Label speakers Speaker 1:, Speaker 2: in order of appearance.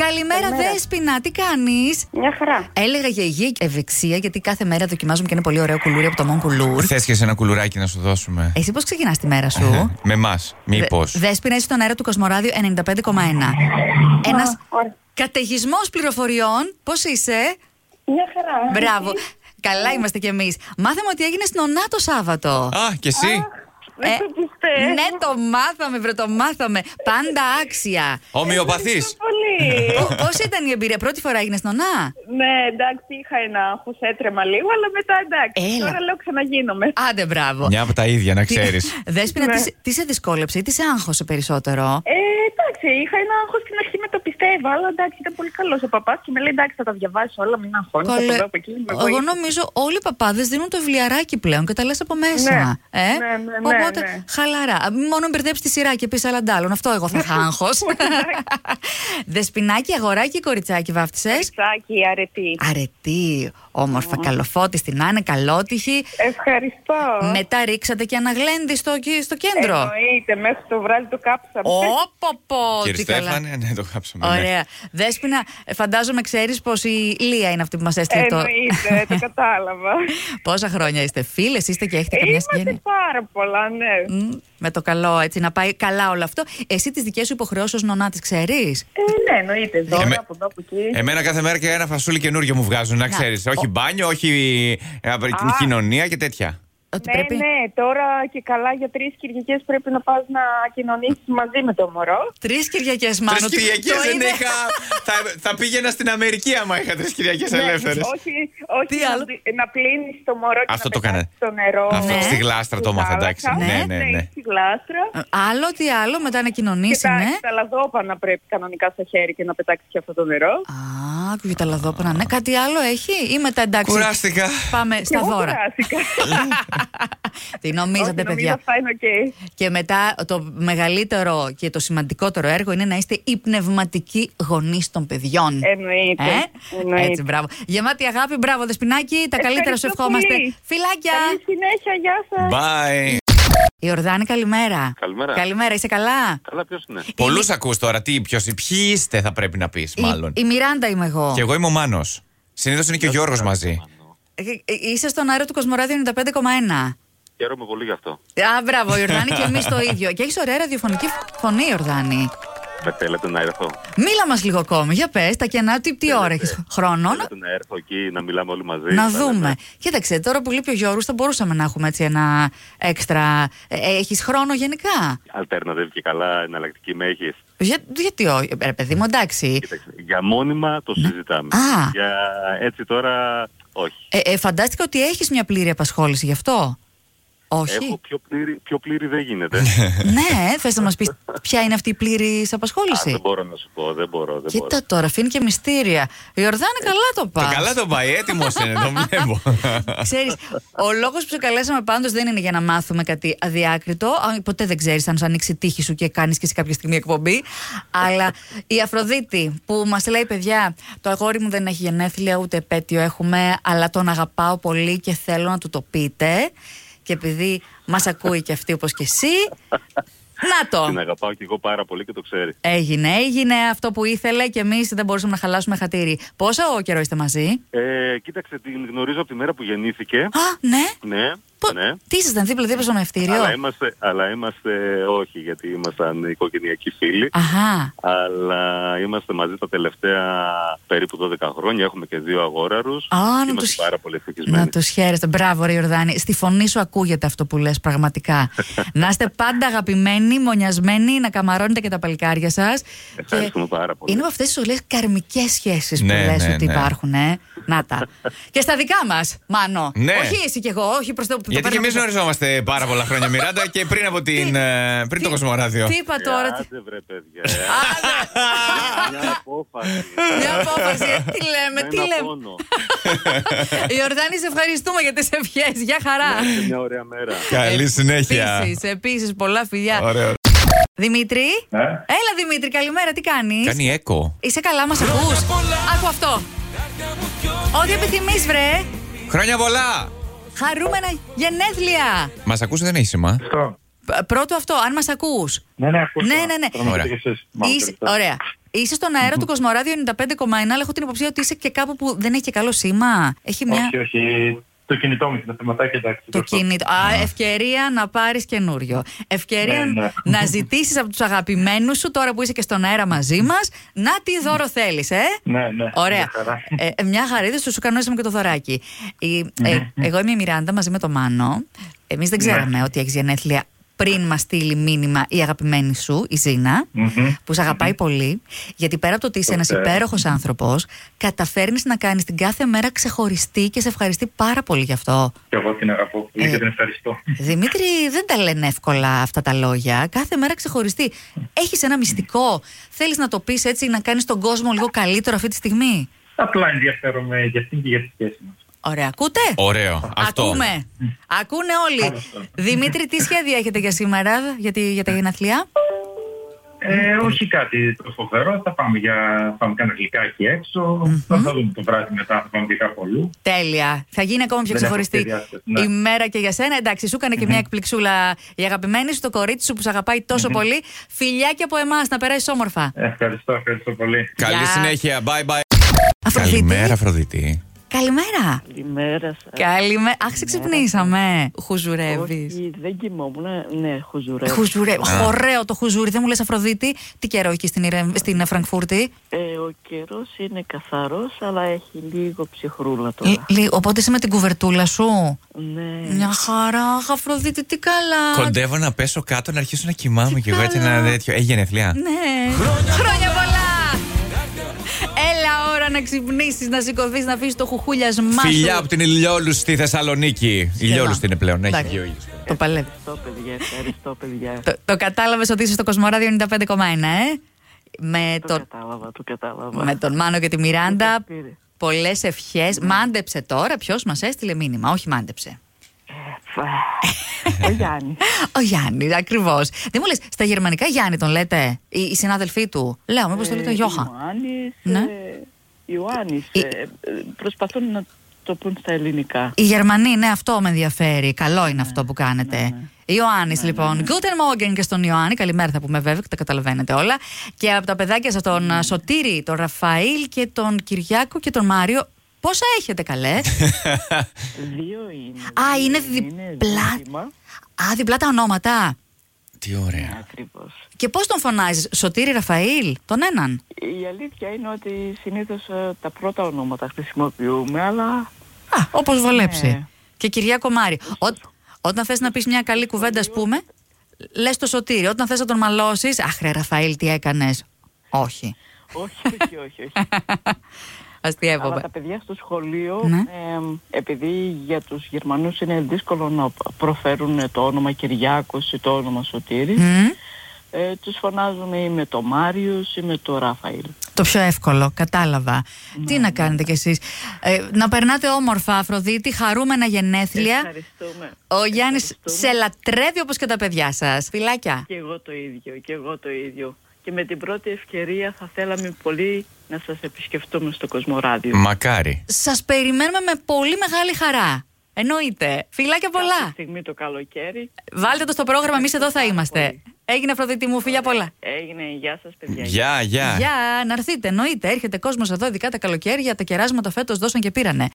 Speaker 1: Καλημέρα,
Speaker 2: Καλημέρα.
Speaker 1: Δέσποινα, τι κάνεις.
Speaker 2: Μια χαρά.
Speaker 1: Έλεγα για υγεία και ευεξία, γιατί κάθε μέρα δοκιμάζουμε και ένα πολύ ωραίο κουλούρι από το Μον Κουλούρ.
Speaker 3: Θες και σε ένα κουλουράκι να σου δώσουμε. Ε,
Speaker 1: Εσύ πώς ξεκινάς τη μέρα σου.
Speaker 3: Με εμάς, μήπως.
Speaker 1: Ε, Δε- Δέσποινα, είσαι στον αέρα του Κοσμοράδιου 95,1. Ένα
Speaker 2: ωραία.
Speaker 1: καταιγισμός πληροφοριών. Πώς είσαι,
Speaker 2: Μια χαρά.
Speaker 1: Μπράβο. Καλά είμαστε κι εμείς. Μάθαμε ότι έγινε στην Ονά το Σάββατο.
Speaker 3: Α, και εσύ.
Speaker 2: Δεν
Speaker 1: Ε,
Speaker 2: το πιστεύω.
Speaker 1: ναι, το μάθαμε, βρε, το μάθαμε. Πάντα άξια.
Speaker 3: Ομοιοπαθής.
Speaker 1: ε,
Speaker 2: Ευχαριστώ πολύ.
Speaker 1: Πώς ήταν η εμπειρία, πρώτη φορά έγινε στην Ονά.
Speaker 2: ναι, εντάξει, είχα ένα άγχος, έτρεμα λίγο, αλλά μετά εντάξει.
Speaker 1: Έλα.
Speaker 2: Τώρα λέω ξαναγίνομαι.
Speaker 1: Άντε, μπράβο.
Speaker 3: Μια από τα ίδια, να ξέρεις.
Speaker 1: Δέσποινα,
Speaker 2: Ναι.
Speaker 1: τι, σε- τι σε δυσκόλεψε, ή τι σε άγχωσε περισσότερο.
Speaker 2: Ε, εντάξει, είχα ένα άγχος στην αρχή με το πιστεύω, αλλά εντάξει, ήταν πολύ καλός ο παπάς και με λέει εντάξει, θα τα διαβάσω όλα, μην αγχώνεις, θα
Speaker 1: Καλέ-
Speaker 2: το δω από εκεί. με
Speaker 1: Εγώ
Speaker 2: βοήθησε.
Speaker 1: νομίζω όλοι οι παπάδες δίνουν το βιβλιαράκι πλέον και τα λες από μέσα.
Speaker 2: Ναι.
Speaker 1: Ε?
Speaker 2: Ναι, ναι, ναι,
Speaker 1: Οπότε
Speaker 2: ναι.
Speaker 1: χαλαρά. Α, μη Μόνο μπερδέψει τη σειρά και πεις άλλαντάλλον. Αυτό εγώ θα είχα
Speaker 2: Ναι.
Speaker 1: άγχο. Δεσπινάκι, αγοράκι, κοριτσάκι βάφτισες.
Speaker 2: Τσάκι, αρετή.
Speaker 1: Αρετή, όμορφα, καλοφώτη την Άνε, καλότυχη.
Speaker 2: Ευχαριστώ.
Speaker 1: Μετά ρίξατε και αναγλέντη στο, στο κέντρο.
Speaker 2: Εννοείται, μέχρι το βράδυ το κάψαμε.
Speaker 1: Ωποπο,
Speaker 3: Κύριε
Speaker 1: τι καλά.
Speaker 3: Στέφανε, ναι, το κάψαμε. ναι.
Speaker 1: Ωραία. Δέσποινα, φαντάζομαι ξέρεις πως η Λία είναι αυτή που μας έστειλε το.
Speaker 2: Εννοείται, το κατάλαβα.
Speaker 1: Πόσα χρόνια είστε φίλες, είστε και έχετε καμιά
Speaker 2: Είμαστε
Speaker 1: συγγένεια.
Speaker 2: πάρα πολλά, ναι.
Speaker 1: Μμ, με το καλό, έτσι, να πάει καλά όλο αυτό. Εσύ τις δικές σου υποχρεώσεις ως νονά τις ξέρεις.
Speaker 2: Ε, ναι, εννοείται. Δώρα
Speaker 3: Εμέ-
Speaker 2: από εδώ από εκεί.
Speaker 3: Εμένα κάθε μέρα και ένα φασούλι καινούριο μου βγάζουν, να ξέρεις. Όχι μπάνιο, όχι ε, απ- κοινωνία και τέτοια.
Speaker 1: Ότι
Speaker 2: ναι,
Speaker 1: πρέπει.
Speaker 2: ναι, τώρα και καλά για τρεις Κυριακές πρέπει να πας να κοινωνήσεις μαζί με το μωρό.
Speaker 1: Τρεις Κυριακές, μάλλον.
Speaker 3: Τρει
Speaker 1: τι-
Speaker 3: Κυριακές
Speaker 1: το
Speaker 3: δεν
Speaker 1: είδα.
Speaker 3: είχα. θα, θα πήγαινα στην Αμερική άμα είχα τρεις
Speaker 1: Ναι,
Speaker 3: Κυριακέ ελεύθερες.
Speaker 2: όχι, όχι
Speaker 1: Τι
Speaker 2: να,
Speaker 1: άλλο?
Speaker 2: πλυ- να πλύνεις το μωρό και
Speaker 3: Αυτό
Speaker 2: να
Speaker 3: το
Speaker 2: πετάσεις
Speaker 3: κάνα-
Speaker 2: στο νερό.
Speaker 3: Αυτό
Speaker 1: Ναι. στη
Speaker 3: γλάστρα το
Speaker 2: Στη
Speaker 3: έμαθα,
Speaker 2: θάλασσα.
Speaker 3: εντάξει.
Speaker 1: Ναι,
Speaker 3: ναι, ναι.
Speaker 2: Στη γλάστρα.
Speaker 1: Άλλο, τι άλλο, μετά να κοινωνήσει, ναι.
Speaker 2: Κοιτάξει, τα λαδόπανα πρέπει κανονικά στο χέρι και να πετάξεις και αυτό το νερό.
Speaker 1: Α, ακούγε τα λαδόπανα, ναι. Κάτι άλλο έχει ή μετά εντάξει.
Speaker 3: Κουράστηκα.
Speaker 1: Πάμε στα
Speaker 2: Εγώ
Speaker 1: δώρα.
Speaker 2: κουράστηκα.
Speaker 1: Τι
Speaker 2: Όχι,
Speaker 1: νομίζατε,
Speaker 2: νομίζω
Speaker 1: παιδιά.
Speaker 2: Αυτά είναι οκ.
Speaker 1: Και μετά το μεγαλύτερο και το σημαντικότερο έργο είναι να είστε οι πνευματικοί γονείς των παιδιών.
Speaker 2: Εννοείται.
Speaker 1: Ε?
Speaker 2: Εννοείται.
Speaker 1: Έτσι, μπράβο. Γεμάτη αγάπη, μπράβο, Δεσπινάκη. Τα καλύτερα σου
Speaker 2: Ευχαριστώ
Speaker 1: ευχόμαστε.
Speaker 2: πολύ.
Speaker 1: Φιλάκια!
Speaker 2: Καλή συνέχεια, γεια σας.
Speaker 3: Bye.
Speaker 1: Η Ορδάνη, καλημέρα.
Speaker 4: Καλημέρα.
Speaker 1: είσαι καλά.
Speaker 4: Καλά, ποιος είναι.
Speaker 3: Πολλού ακούς τώρα. Τι, ποιος, ποιοι είστε, θα πρέπει να πεις,
Speaker 1: Η-
Speaker 3: μάλλον.
Speaker 1: Η, Μιράντα είμαι εγώ.
Speaker 3: Και εγώ είμαι ο Μάνος. Συνήθως είναι και ο Γιώργο μαζί.
Speaker 1: Ε, ε, Είσαι στον αέρα του Κοσμοράδιου 95,1.
Speaker 4: Χαίρομαι πολύ γι' αυτό.
Speaker 1: Α, μπράβο, η Ορδάνη και εμείς το ίδιο. Και έχεις ωραία ραδιοφωνική φωνή, η Ορδάνη.
Speaker 4: Δεν θέλετε να έρθω.
Speaker 1: Μίλα μας λίγο ακόμη, για πες, τα κενά, τι, τι ώρα έχεις χρόνο. να-
Speaker 4: Θέλετε να έρθω εκεί, να μιλάμε όλοι μαζί.
Speaker 1: Να
Speaker 4: λέμε.
Speaker 1: δούμε. Κοίταξε, τώρα που λείπει ο Γιώργος θα μπορούσαμε να έχουμε έτσι ένα έξτρα. Ε, Έχεις χρόνο γενικά.
Speaker 4: Alternative και καλά, εναλλακτική με έχεις.
Speaker 1: Για, γιατί όχι, ρε παιδί μου, εντάξει.
Speaker 4: Κοίταξε, για μόνιμα το συζητάμε.
Speaker 1: Ναι. Α.
Speaker 4: Για έτσι τώρα, όχι.
Speaker 1: Ε, ε, φαντάστηκα ότι έχεις μια πλήρη απασχόληση γι' αυτό. Όχι.
Speaker 4: Έχω πιο πλήρη, πιο πλήρη δεν γίνεται.
Speaker 1: ναι, θες να μας πεις ποια είναι αυτή η πλήρη
Speaker 4: Α,
Speaker 1: απασχόληση.
Speaker 4: δεν μπορώ να σου πω, δεν μπορώ. Δεν μπορώ. Ε,
Speaker 1: Κοίτα τώρα, αφήνει και μυστήρια. Η Ορδάνη καλά το
Speaker 3: Το
Speaker 1: πας.
Speaker 3: καλά τον πάει, έτοιμος είναι, το βλέπω.
Speaker 1: Ξέρεις, ο λόγος που σε καλέσαμε πάντως δεν είναι για να μάθουμε κάτι αδιάκριτο. Α, Ποτέ δεν ξέρεις αν σου ανοίξει η τύχη σου και κάνεις και σε κάποια στιγμή εκπομπή. Αλλά η Αφροδίτη που μας λέει, παιδιά, το αγόρι μου δεν έχει γενέθλια ούτε επέτειο έχουμε, αλλά τον αγαπάω πολύ και θέλω να του το πείτε. Και επειδή μας ακούει και αυτή όπως και εσύ. Να
Speaker 4: Την
Speaker 1: το!
Speaker 4: αγαπάω και εγώ πάρα πολύ και το ξέρει.
Speaker 1: Έγινε, έγινε αυτό που ήθελε και εμείς δεν μπορούσαμε να χαλάσουμε χατήρι. Πόσο καιρό είστε μαζί,
Speaker 4: Ε, κοίταξε, την γνωρίζω από τη μέρα που γεννήθηκε.
Speaker 1: Α, ναι.
Speaker 4: ναι,
Speaker 1: Πο-
Speaker 4: ναι.
Speaker 1: Τι ήσασταν δίπλα-δίπλα στο μευτήριο.
Speaker 4: Αλλά είμαστε, αλλά είμαστε όχι, γιατί ήμασταν οικογενειακοί φίλοι.
Speaker 1: Αχα.
Speaker 4: αλλά είμαστε μαζί τα τελευταία περίπου 12 χρόνια. Έχουμε και δύο αγόραρους.
Speaker 1: Α, να
Speaker 4: είμαστε
Speaker 1: τους-
Speaker 4: πάρα πολύ ευτυχισμένοι.
Speaker 1: Να του χαίρεστε. Μπράβο, ρε Ιορδάνη. Στη φωνή σου ακούγεται αυτό που λες, πραγματικά. να είστε πάντα αγαπημένοι, μονιασμένοι, να καμαρώνετε και τα παλικάρια σας.
Speaker 4: Ευχαριστούμε πάρα πολύ.
Speaker 1: Είναι από αυτές τις ωραίες καρμικές σχέσεις που
Speaker 3: Ναι,
Speaker 1: λες
Speaker 3: ναι,
Speaker 1: ότι
Speaker 3: ναι.
Speaker 1: υπάρχουν. Ε. Να τα. και στα δικά μας, Μάνο.
Speaker 3: Ναι.
Speaker 1: Όχι εσύ κι εγώ, όχι προς το που
Speaker 3: Γιατί και εμείς γνωριζόμαστε πάρα πολλά χρόνια, Μιράντα, και πριν από την. ε, πριν το Κοσμοράδιο.
Speaker 1: Τι είπα τώρα. τι-
Speaker 4: Άντε βρε παιδιά.
Speaker 1: Άντε.
Speaker 4: Μια απόφαση.
Speaker 1: Μια απόφαση. ε, Τι λέμε,
Speaker 4: Ένα
Speaker 1: τι λέμε.
Speaker 4: πόνο.
Speaker 1: Ιορδάνη, σε ευχαριστούμε για τις ευχές. Γεια χαρά.
Speaker 4: Και Μια ωραία μέρα.
Speaker 3: Καλή συνέχεια.
Speaker 1: Επίσης, πολλά φιλιά.
Speaker 3: Ωραίο.
Speaker 1: Δημήτρη.
Speaker 5: Ναι.
Speaker 1: Έλα, Δημήτρη, καλημέρα, τι κάνεις.
Speaker 3: Κάνει έκο.
Speaker 1: Είσαι καλά, μας ακού. Άκου αυτό. Ό,τι επιθυμείς, βρε.
Speaker 3: Χρόνια πολλά!
Speaker 1: Χαρούμενα γενέθλια.
Speaker 3: Μας ακούσει δεν έχεις σήμα.
Speaker 5: Αυτό.
Speaker 1: Π- Πρώτο αυτό, αν μας ακούς.
Speaker 5: Ναι, ναι, ακούω.
Speaker 1: Ναι, ναι, ναι.
Speaker 5: Τώρα με ακούτε
Speaker 3: Ωραία.
Speaker 5: κι εσείς. Μάλλον
Speaker 1: Είσαι...
Speaker 5: τελευταία.
Speaker 1: Ωραία. Είσαι στον αέρα του Κοσμοράδιο 95,1, αλλά έχω την υποψία ότι είσαι και κάπου που δεν έχει και καλό σήμα. Έχει μια.
Speaker 5: Όχι, όχι. Το κινητό μου, τα θεματάκια εντάξει.
Speaker 1: Το
Speaker 5: σωστό.
Speaker 1: κινητό. Α, ευκαιρία να πάρεις καινούριο. Ευκαιρία
Speaker 5: Ναι, ναι.
Speaker 1: να ζητήσεις από τους αγαπημένους σου, τώρα που είσαι και στον αέρα μαζί μας, να τι δώρο θέλεις, ε.
Speaker 5: Ναι, ναι.
Speaker 1: Ωραία.
Speaker 5: Μια χαρά.
Speaker 1: Ε, μια χαρίδα σου, σου κανονίσαμε και το δωράκι. Η-
Speaker 5: Ναι.
Speaker 1: ε, εγώ είμαι η Μιράντα μαζί με το Μάνο. Εμείς δεν ξέραμε ότι έχεις γενέθλια πριν μας στείλει μήνυμα η αγαπημένη σου, η ζινα
Speaker 5: Μμμ.
Speaker 1: που σε αγαπαει
Speaker 5: Ναι.
Speaker 1: πολύ. Γιατί πέρα από το ότι είσαι ένας
Speaker 5: Ωραία.
Speaker 1: υπέροχος άνθρωπος, καταφέρνεις να κάνεις την κάθε μέρα ξεχωριστή και σε ευχαριστεί πάρα πολύ γι' αυτό.
Speaker 5: Και εγώ την αγαπώ πολύ
Speaker 1: Ε.
Speaker 5: και την ευχαριστώ.
Speaker 1: Δημήτρη, δεν τα λένε εύκολα αυτά τα λόγια. Κάθε μέρα ξεχωριστή. Έχεις ένα μυστικό. Θέλεις να το πεις έτσι, να κάνεις τον κόσμο λίγο καλύτερο αυτή τη στιγμή.
Speaker 5: Απλά ενδιαφέρομαι για αυτήν και για τη σχέση μας.
Speaker 1: Ωραία, ακούτε.
Speaker 3: Ωραίο. Αυτό.
Speaker 1: Ακούμε. Ακούνε όλοι.
Speaker 5: Μάλιστα.
Speaker 1: Δημήτρη, τι σχέδια έχετε για σήμερα, για, τη- για τα γενέθλιά.
Speaker 5: Ε, όχι κάτι το φοβερό. Θα πάμε για πάμε κάνα γλυκάκι έξω. Θα τα δούμε το βράδυ μετά. Θα πάμε και κάπου αλλού.
Speaker 1: Τέλεια. Θα γίνει ακόμα πιο
Speaker 5: Δεν έχω
Speaker 1: ξεχωριστή
Speaker 5: σχεδιάσει, ναι.
Speaker 1: η μέρα και για σένα. Εντάξει, σου έκανε και μια εκπληξούλα η αγαπημένη σου, το κορίτσι σου που σε αγαπάει τόσο πολύ. Φιλιά και από εμάς, να περάσεις όμορφα.
Speaker 5: Ε, Ευχαριστώ, ευχαριστώ πολύ.
Speaker 3: Καλή
Speaker 1: Γεια.
Speaker 3: συνέχεια. Bye bye.
Speaker 1: Αφροδίτη.
Speaker 3: Καλημέρα, Αφροδίτη.
Speaker 1: Καλημέρα.
Speaker 6: Καλημέρα σας.
Speaker 1: Καλημέρα. Αχ, σε ξυπνήσαμε. Χουζουρεύεις.
Speaker 6: Όχι, δεν κοιμόμουν. Ναι, έχω ζουρέψει.
Speaker 1: Χουζουρεύει. Χωραίο το χουζούρι. Δεν μου λες Αφροδίτη. Τι καιρό έχει στην, Ιρε- στην Φραγκφούρτη.
Speaker 6: Ε, ο καιρός είναι καθαρός, αλλά έχει λίγο ψυχρούλα
Speaker 1: Λ-
Speaker 6: τώρα.
Speaker 1: λι- Ε, Οπότε είσαι με την κουβερτούλα σου.
Speaker 6: Ναι.
Speaker 1: Μια χαρά. Αχ, Αφροδίτη, τι καλά.
Speaker 3: Κοντεύω να πέσω κάτω να αρχίσω να κοιμάμαι
Speaker 1: Τι
Speaker 3: κι εγώ έτσι
Speaker 1: καλά.
Speaker 3: ένα τέτοιο. Έχει γενεθλιά.
Speaker 1: Ναι. Χρόνια πολλά. Έλα ώρα να ξυπνήσεις, να σηκωθείς, να αφήσεις το χουχούλιασμά σου.
Speaker 3: Φιλιά από την Ηλιόλους στη Θεσσαλονίκη. Ηλιόλουστη είναι πλέον, έχει
Speaker 1: Εντάξει.
Speaker 3: βγει ο ήλιος.
Speaker 1: Το παλεύει.
Speaker 6: Ευχαριστώ, παιδιά. Ευχαριστώ, παιδιά.
Speaker 1: Το, το κατάλαβες ότι είσαι στο Κοσμοράδιο 95,1, ε. Με,
Speaker 6: το
Speaker 1: τον,
Speaker 6: κατάλαβα, το κατάλαβα.
Speaker 1: με τον Μάνο και τη Μιράντα.
Speaker 6: Το πήρε.
Speaker 1: Πολλές ευχές. Μάντεψε τώρα. Ποιος μας έστειλε μήνυμα. Όχι, μάντεψε.
Speaker 6: Φα. ο Γιάννη.
Speaker 1: Ο Γιάννη, ακριβώς. Δεν μου λες, στα γερμανικά Γιάννη τον λέτε, οι, οι συνάδελφοί του. Λέω, μήπως το λέτε Γιώχα.
Speaker 6: ε, Ιωάννης,
Speaker 1: Ναι.
Speaker 6: ε, Ιωάννης,
Speaker 1: Η-
Speaker 6: ε, ε, προσπαθούν να το πούν στα ελληνικά.
Speaker 1: Οι Γερμανοί, ναι, αυτό με ενδιαφέρει. Καλό είναι αυτό που κάνετε. Ιωάννη, λοιπόν. Guten Morgen και στον Ιωάννη. Καλημέρα θα πούμε, βέβαια, και τα καταλαβαίνετε όλα. Και από τα παιδάκια σας, τον α, Σωτήρη, τον Ραφαήλ και τον Κυριάκο και τον Μάριο. Πόσα έχετε, καλέ.
Speaker 6: Δύο είναι.
Speaker 1: Α, είναι
Speaker 6: δύο
Speaker 1: διπλά. Α, διπλά τα ονόματα.
Speaker 3: Τι ωραία.
Speaker 6: Ακριβώς.
Speaker 1: Και πώς τον φωνάζεις, Σωτήρη Ραφαήλ, τον έναν.
Speaker 6: Η αλήθεια είναι ότι συνήθως ε, τα πρώτα ονόματα χρησιμοποιούμε, αλλά
Speaker 1: Α, όπως βολέψει.
Speaker 6: Ναι.
Speaker 1: Και Κυριάκο Μάρη. Ό- όταν θες να πεις μια καλή κουβέντα, ας πούμε, λες το σωτήρι. Όταν θες να τον μαλώσεις, Αχ, ρε Ραφαήλ, τι έκανες. Όχι.
Speaker 6: όχι, όχι, όχι. όχι. αλλά
Speaker 1: Αστείευομαι.
Speaker 6: τα παιδιά στο σχολείο,
Speaker 1: Ναι.
Speaker 6: εμ, επειδή για τους Γερμανούς είναι δύσκολο να προφέρουν το όνομα Κυριάκος ή το όνομα Σωτήρης,
Speaker 1: Μμμ.
Speaker 6: ε, τους φωνάζουμε ή με το Μάριος ή με το Ράφαηλ.
Speaker 1: Το πιο εύκολο, κατάλαβα.
Speaker 6: Ναι,
Speaker 1: Τι να κάνετε κι εσείς. Ε, να περνάτε όμορφα, Αφροδίτη, χαρούμενα γενέθλια.
Speaker 6: Ευχαριστούμε.
Speaker 1: Ο Γιάννης σε
Speaker 6: Ευχαριστούμε.
Speaker 1: λατρεύει όπως και τα παιδιά σας. Φιλάκια.
Speaker 6: Και εγώ το ίδιο, και εγώ το ίδιο. Και με την πρώτη ευκαιρία θα θέλαμε πολύ να σας επισκεφτούμε στο Κοσμοράδιο.
Speaker 3: Μακάρι.
Speaker 1: Σας περιμένουμε με πολύ μεγάλη χαρά. Εννοείται. Φιλάκια
Speaker 6: Κάποια
Speaker 1: πολλά.
Speaker 6: στιγμή το καλοκαίρι
Speaker 1: Βάλτε το στο πρόγραμμα, εμείς εδώ θα είμαστε. Έγινε Αφροδίτη μου, φιλιά πολλά.
Speaker 6: έγινε. Γεια σας παιδιά.
Speaker 3: Γεια, γεια.
Speaker 1: Γεια, να έρθετε, εννοείται. Έρχεται κόσμος εδώ, ειδικά τα καλοκαίρια. Τα κεράσματα φέτος δώσαν και πήρανε.